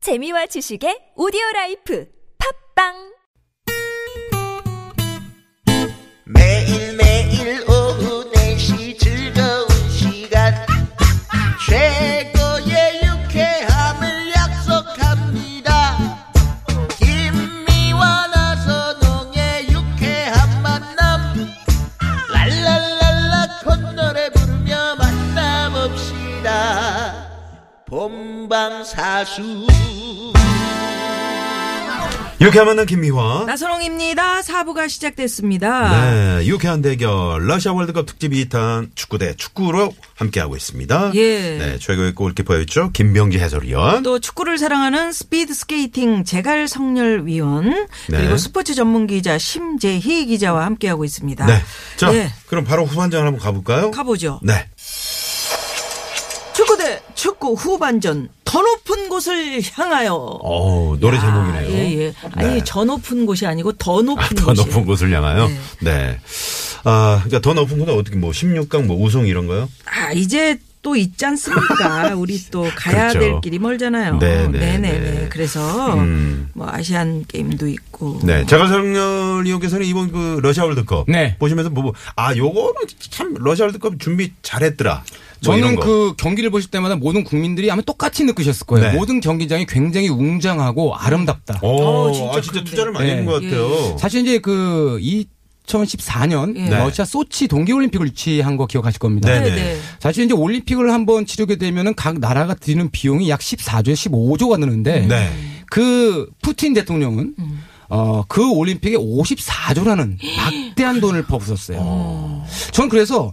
재미와 지식의 오디오 라이프 팝빵 매일매일 오후 4시 즐거운 시간 최고의 유쾌함을 약속합니다 김미와 나선홍의 유쾌한 만남 랄랄랄라 콧노래 부르며 만남없시다 본방사수 유쾌한 만남 김미화. 나선홍입니다. 사부가 시작됐습니다. 네, 유쾌한 대결 러시아 월드컵 특집 2탄 축구대 축구로 함께하고 있습니다. 예. 네, 최고의 골키퍼였죠. 김병지 해설위원. 또 축구를 사랑하는 스피드 스케이팅 재갈 성렬 위원 네. 그리고 스포츠 전문 기자 심재희 기자와 함께하고 있습니다. 네. 자, 예, 그럼 바로 후반전 한번 가볼까요? 가보죠. 네. 축구 대 축구 후반전 더 높은 곳을 향하여. 어 노래 제목이네요. 예, 예. 아니 네. 저 높은 곳이 아니고 더 높은 아, 더 곳이. 높은 곳을 향하여. 네. 네. 아, 그러니까 더 높은 곳은 어떻게 뭐 16강 뭐 우승 이런 거요? 아 이제 또 있지 않습니까? 우리 또 가야 그렇죠. 될 길이 멀잖아요. 네, 네, 네네. 네. 그래서 음. 뭐 아시안 게임도 있고. 네. 제가 성렬 이용께서는 이번 그 러시아 월드컵 네. 보시면서 뭐, 아, 요거는 참 러시아 월드컵 준비 잘했더라. 뭐 이런 저는 거. 그 경기를 보실 때마다 모든 국민들이 아마 똑같이 느끼셨을 거예요. 네. 모든 경기장이 굉장히 웅장하고 아름답다. 오, 어, 진짜 아, 진짜 그런데. 투자를 많이 네. 한 것 같아요. 사실 이제 그 2014년 예. 러시아 소치 동계올림픽을 유치한 거 기억하실 겁니다. 네네. 네. 사실 이제 올림픽을 한번 치르게 되면은 각 나라가 드리는 비용이 약 14조에서 15조가 드는데 네. 그 푸틴 대통령은 어, 그 올림픽에 54조라는 막대한 돈을 퍼부었어요. 전 그래서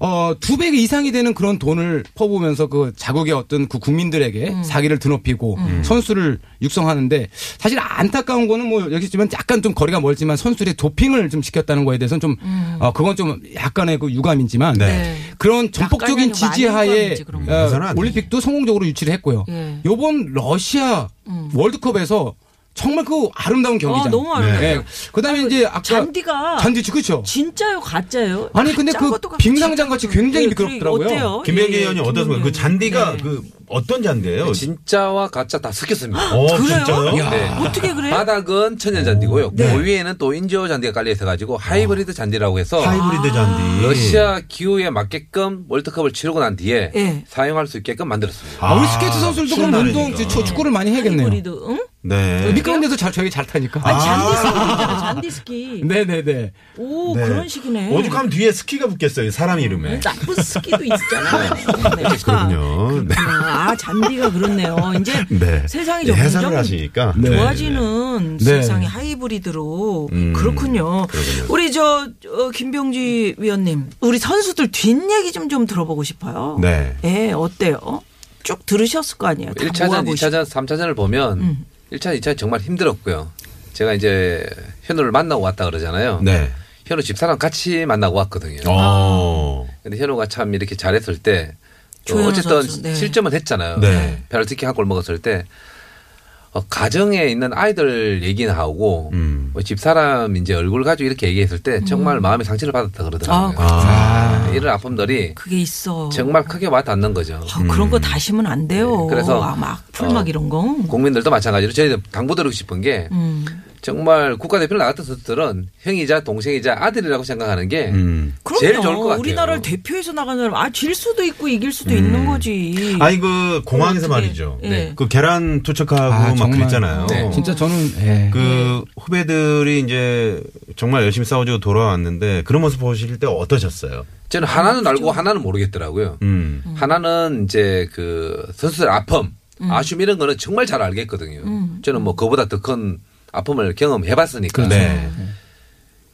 어, 두배 이상이 되는 그런 돈을 퍼부으면서 그 자국의 어떤 그 국민들에게 사기를 드높이고 선수를 육성하는데 사실 안타까운 거는 뭐 여기 있지만 약간 좀 거리가 멀지만 선수들이 도핑을 좀 시켰다는 거에 대해서는 좀 어, 그건 좀 약간의 그 유감이지만 네. 그런 약간이 전폭적인 아니고 지지하에 완전 그런 어, 거. 그건 아니죠. 올림픽도 성공적으로 유치를 했고요. 예. 음. 요번 러시아 월드컵에서 정말 그 아름다운 경기장. 아, 너무 아름다워요. 예. 그다음에 이제 아까 잔디가 잔디죠, 그렇죠. 진짜요, 가짜요? 아니, 근데 가짜인 그 것도 같- 빙상장 같이 굉장히 예, 그리고 미끄럽더라고요. 어때요? 김병기 예, 예, 의원이 어떻습니까? 김병기 그 잔디가 의원님. 네. 그 어떤 잔디예요? 아, 진짜와 가짜 다 섞였습니다. 어, 그래요? 진짜요? 야. 어떻게 그래요? 바닥은 천연 잔디고요. 네. 그 위에는 또 인조 잔디가 깔려 있어가지고 하이브리드 잔디라고 해서 하이브리드 잔디. 아. 러시아 기후에 맞게끔 월드컵을 치르고 난 뒤에 예. 사용할 수 있게끔 만들었습니다. 아, 우리 스케이트 선수들도 그럼 운동, 신나니까. 저 축구를 많이 해야겠네요. 우리도 응? 네. 미끄러운 데서 잘, 저기 잘 타니까. 아니, 잔디 네. 스키잖아, 잔디 스키. 네네네. 오 네. 그런 식이네. 오죽하면 뒤에 스키가 붙겠어요. 사람 이름에. 뭐 나쁜 스키도 있잖아요. 네. 그렇군요. 네. 아 잔디가 그렇네요. 이제 네. 세상이 네, 점점 해설을 하시니까. 네. 좋아지는 네. 세상이 하이브리드로 음, 그렇군요. 우리 저 어, 김병지 위원님, 우리 선수들 뒷 얘기 좀 좀 들어보고 싶어요. 네. 예, 어때요? 쭉 들으셨을 거뭐 아니에요. 다 1차전, 모아보시고. 2차전, 3차전을 음. 보면 1차전, 2차전 정말 힘들었고요. 제가 이제 현우를 만나고 왔다 그러잖아요. 네. 현우 집사람 같이 만나고 왔거든요. 어. 근데 현우가 참 이렇게 잘했을 때또 조현우 어쨌든 선수, 네. 실점은 했잖아요. 네. 페널티킥 한 골 먹었을 때 어, 가정에 있는 아이들 얘기는 하고 음. 뭐 집사람 이제 얼굴 가지고 이렇게 얘기했을 때 정말 마음의 상처를 받았다 아, 그러더라고요. 아. 이런 아픔들이 그게 있어. 정말 크게 와닿는 거죠. 아, 그런 음. 거 다시면 안 돼요. 네, 그래서 아, 막 풀막 어, 이런 거. 국민들도 마찬가지로 저희는 당부드리고 싶은 게 음. 정말 국가대표를 나갔던 선수들은 형이자 동생이자 아들이라고 생각하는 게 음. 그럼요. 제일 좋을 것 같아요. 우리나라를 대표해서 나가는 사람 아질 수도 있고 이길 수도 음. 있는 거지. 아니 그 공항에서 예. 어떻게- 말이죠. 네. 그 계란 투척하고 아, 막 정말. 그랬잖아요. 네. 진짜 저는, 예. 어. 그 후배들이 이제 정말 열심히 싸워주고 돌아왔는데 그런 모습 보실 때 어떠셨어요? 저는 하나는 아, 그렇죠. 알고 하나는 모르겠더라고요. 음. 하나는 이제 그 선수들 아픔, 아쉬움 이런 거는 정말 잘 알겠거든요. 저는 뭐 그보다 더 큰 아픔을 경험해봤으니까. 네.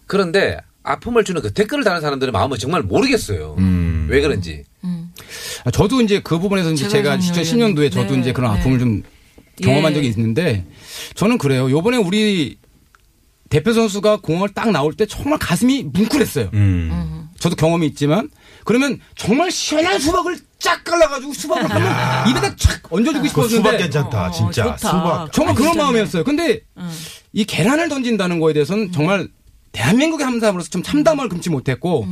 그런데 아픔을 주는 그 댓글을 다는 사람들의 마음은 정말 모르겠어요. 음. 왜 그런지. 아, 저도 이제 그 부분에서 이제 제가 제가 정렬이- 2010년도에 저도 네, 이제 그런 네. 예. 아픔을 좀 경험한 적이 있는데 저는 그래요. 요번에 우리 대표 선수가 공항을 딱 나올 때 정말 가슴이 뭉클했어요. 음. 저도 경험이 있지만 그러면 정말 시원한 수박을 쫙 갈라가지고 수박을 하면 입에다 쫙 얹어주고 그 수박 싶었는데 괜찮다. 어, 진짜 좋다. 수박. 정말 그런 마음이었어요. 근데 이 계란을 던진다는 거에 대해서는 정말 대한민국의 함사함으로서 좀 참담을 금치 못했고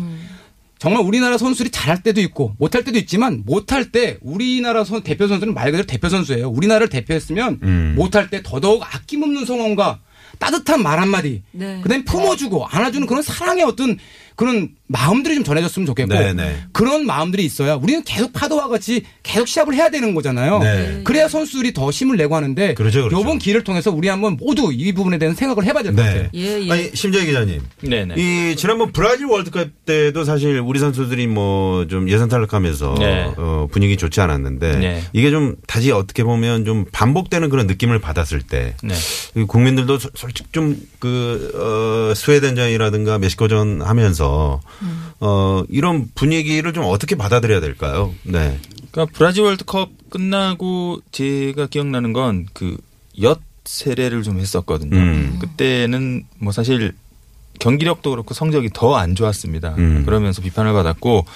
정말 우리나라 선수들이 잘할 때도 있고 못할 때도 있지만 못할 때 우리나라 선 대표 선수는 말 그대로 대표 선수예요. 우리나라를 대표했으면 음. 못할 때 더더욱 아낌없는 성원과 따뜻한 말 한마디, 네. 그다음 품어주고 안아주는 그런 사랑의 어떤 그런 마음들이 좀 전해졌으면 좋겠고 네, 네. 그런 마음들이 있어야 우리는 계속 파도와 같이 계속 시합을 해야 되는 거잖아요. 네. 그래야 선수들이 더 힘을 내고 하는데 그렇죠, 그렇죠. 이번 예. 기회를 통해서 우리 한번 모두 이 부분에 대한 생각을 해봐야 될 것 같아요. 네. 예, 예. 아니, 심재 기자님. 네네. 이 지난번 브라질 월드컵 때도 사실 우리 선수들이 뭐 좀 예선 탈락하면서 네. 어, 분위기 좋지 않았는데 네. 이게 좀 다시 어떻게 보면 좀 반복되는 그런 느낌을 받았을 때 네. 이 국민들도 소- 솔직히 좀그 어, 스웨덴전이라든가 멕시코전 하면서 음. 어, 이런 분위기를 좀 어떻게 받아들여야 될까요? 네. 그러니까 브라질 월드컵 끝나고 제가 기억나는 건 그 엿 세례를 좀 했었거든요. 음. 그때는 뭐 사실 경기력도 그렇고 성적이 더 안 좋았습니다. 음. 그러면서 비판을 받았고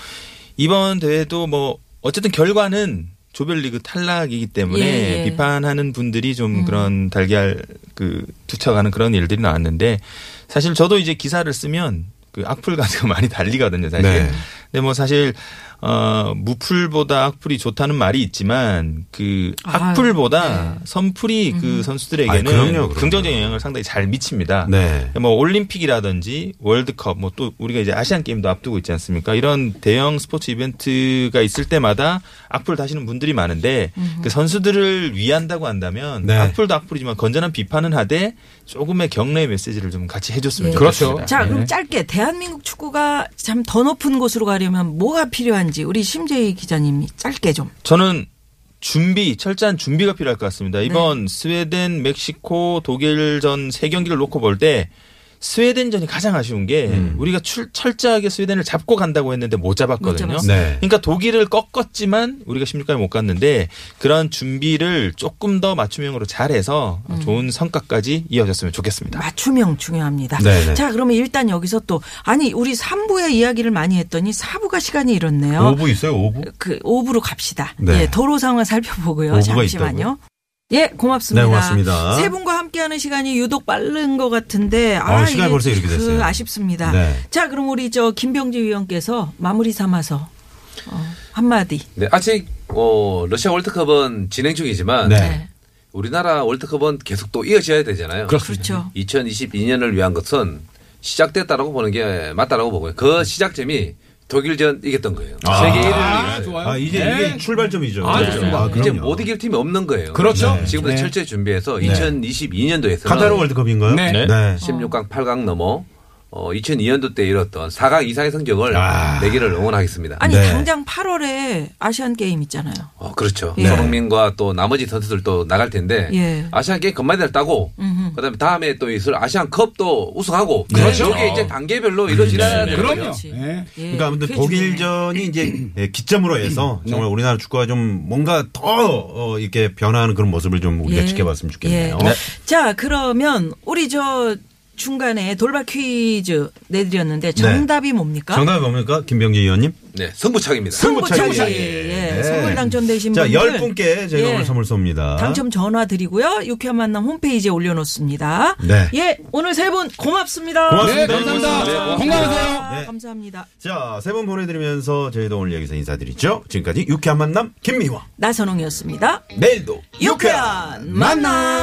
이번 대회도 뭐 어쨌든 결과는 조별리그 탈락이기 때문에 예, 음. 예. 비판하는 분들이 좀 그런 달걀 그 투척하는 그런 일들이 나왔는데 사실 저도 이제 기사를 쓰면 그 악플 가세가 많이 달리거든요, 사실. 네. 근데 뭐 사실 어 무풀보다 악플이 좋다는 말이 있지만 그 아, 악플보다 선풀이 그 선수들에게는 아이, 그럼요, 그럼요. 긍정적인 영향을 상당히 잘 미칩니다. 네. 뭐 올림픽이라든지 월드컵 뭐 또 우리가 이제 아시안 게임도 앞두고 있지 않습니까? 이런 대형 스포츠 이벤트가 있을 때마다 악플 다시는 분들이 많은데 그 선수들을 위한다고 한다면 네. 악플도 악플이지만 건전한 비판은 하되 조금의 격려의 메시지를 좀 같이 해줬으면 예. 그렇죠. 네. 좋겠습니다. 자, 그럼 짧게 대한민국 축구가 참 더 높은 곳으로 가려면 뭐가 필요한지 우리 심재희 기자님이 짧게 좀. 저는 준비 철저한 준비가 필요할 것 같습니다. 이번 스웨덴, 멕시코, 독일전 세 경기를 놓고 볼 때 스웨덴전이 가장 아쉬운 게 음. 우리가 출- 철저하게 스웨덴을 잡고 간다고 했는데 못 잡았거든요. 못 잡았어요. 네. 그러니까 독일을 꺾었지만 우리가 16강에 못 갔는데 그런 준비를 조금 더 맞춤형으로 잘해서 좋은 성과까지 이어졌으면 좋겠습니다. 맞춤형 중요합니다. 네네. 자, 그러면 일단 여기서 또 아니 우리 3부의 이야기를 많이 했더니 4부가 시간이 이렇네요. 오부 있어요, 오부? 그 5부로 갑시다. 네. 예, 도로 상황 살펴보고요. 5부가 잠시만요. 있다고요? 예, 고맙습니다. 네, 고맙습니다. 세 분과 함께하는 시간이 유독 빠른 것 같은데 아, 시간이 이게 벌써 이렇게 그 됐어요. 아쉽습니다. 네. 자, 그럼 우리 저 김병지 위원께서 마무리 삼아서 어, 한마디. 네, 아직 어, 러시아 월드컵은 진행 중이지만 네. 우리나라 월드컵은 계속 또 이어져야 되잖아요. 그렇죠. 2022년을 위한 것은 시작됐다라고 보는 게 맞다라고 보고요. 그 시작점이 독일전 이겼던 거예요. 아. 세계 1위를 아, 이겼어요. 좋아요. 아, 이제 네. 이게 출발점이죠. 아, 좋습니다. 이제 그럼요. 못 이길 팀이 없는 거예요. 그렇죠. 네. 지금부터 네. 철저히 준비해서 2022년도에서는 카타르 월드컵인가요? 네. 네. 16강 8강 넘어 어, 2002년도 때 이뤘던 4강 이상의 성적을 아. 내기를 응원하겠습니다. 아니 네. 당장 8월에 아시안 게임 있잖아요. 어, 그렇죠. 예. 손흥민과 또 나머지 선수들도 나갈 텐데 예. 아시안 게임 금메달 따고 그다음에 다음에 또 있을 아시안 컵도 우승하고 그렇죠. 이게 이제 단계별로 이루어지는 거예요. 그럼요. 그렇지. 네. 그러니까 아무튼 그게 네. 중요해요. 독일전이 이제 예, 기점으로 해서 정말 우리나라 축구가 좀 뭔가 더 어, 이렇게 변화하는 그런 모습을 좀 우리가 예. 지켜봤으면 좋겠네요. 예. 자, 그러면 우리 저 중간에 돌발 퀴즈 내드렸는데 정답이 뭡니까? 네. 정답이 뭡니까? 김병기 의원님? 네, 승부차기입니다. 승부차기. 승부차기. 예. 선물 당첨되신 네. 자, 분들. 10분께 저희가 예. 오늘 선물 쏩니다. 당첨 전화 드리고요. 유쾌한 만남 홈페이지에 올려놓습니다. 네. 예, 오늘 세 분 고맙습니다. 고맙습니다. 네, 감사합니다. 건강하세요. 아, 네. 감사합니다. 자, 세 분 보내드리면서 저희도 오늘 여기서 인사드리죠. 지금까지 유쾌한 만남 김미화. 나선홍이었습니다. 내일도 유쾌한 만남.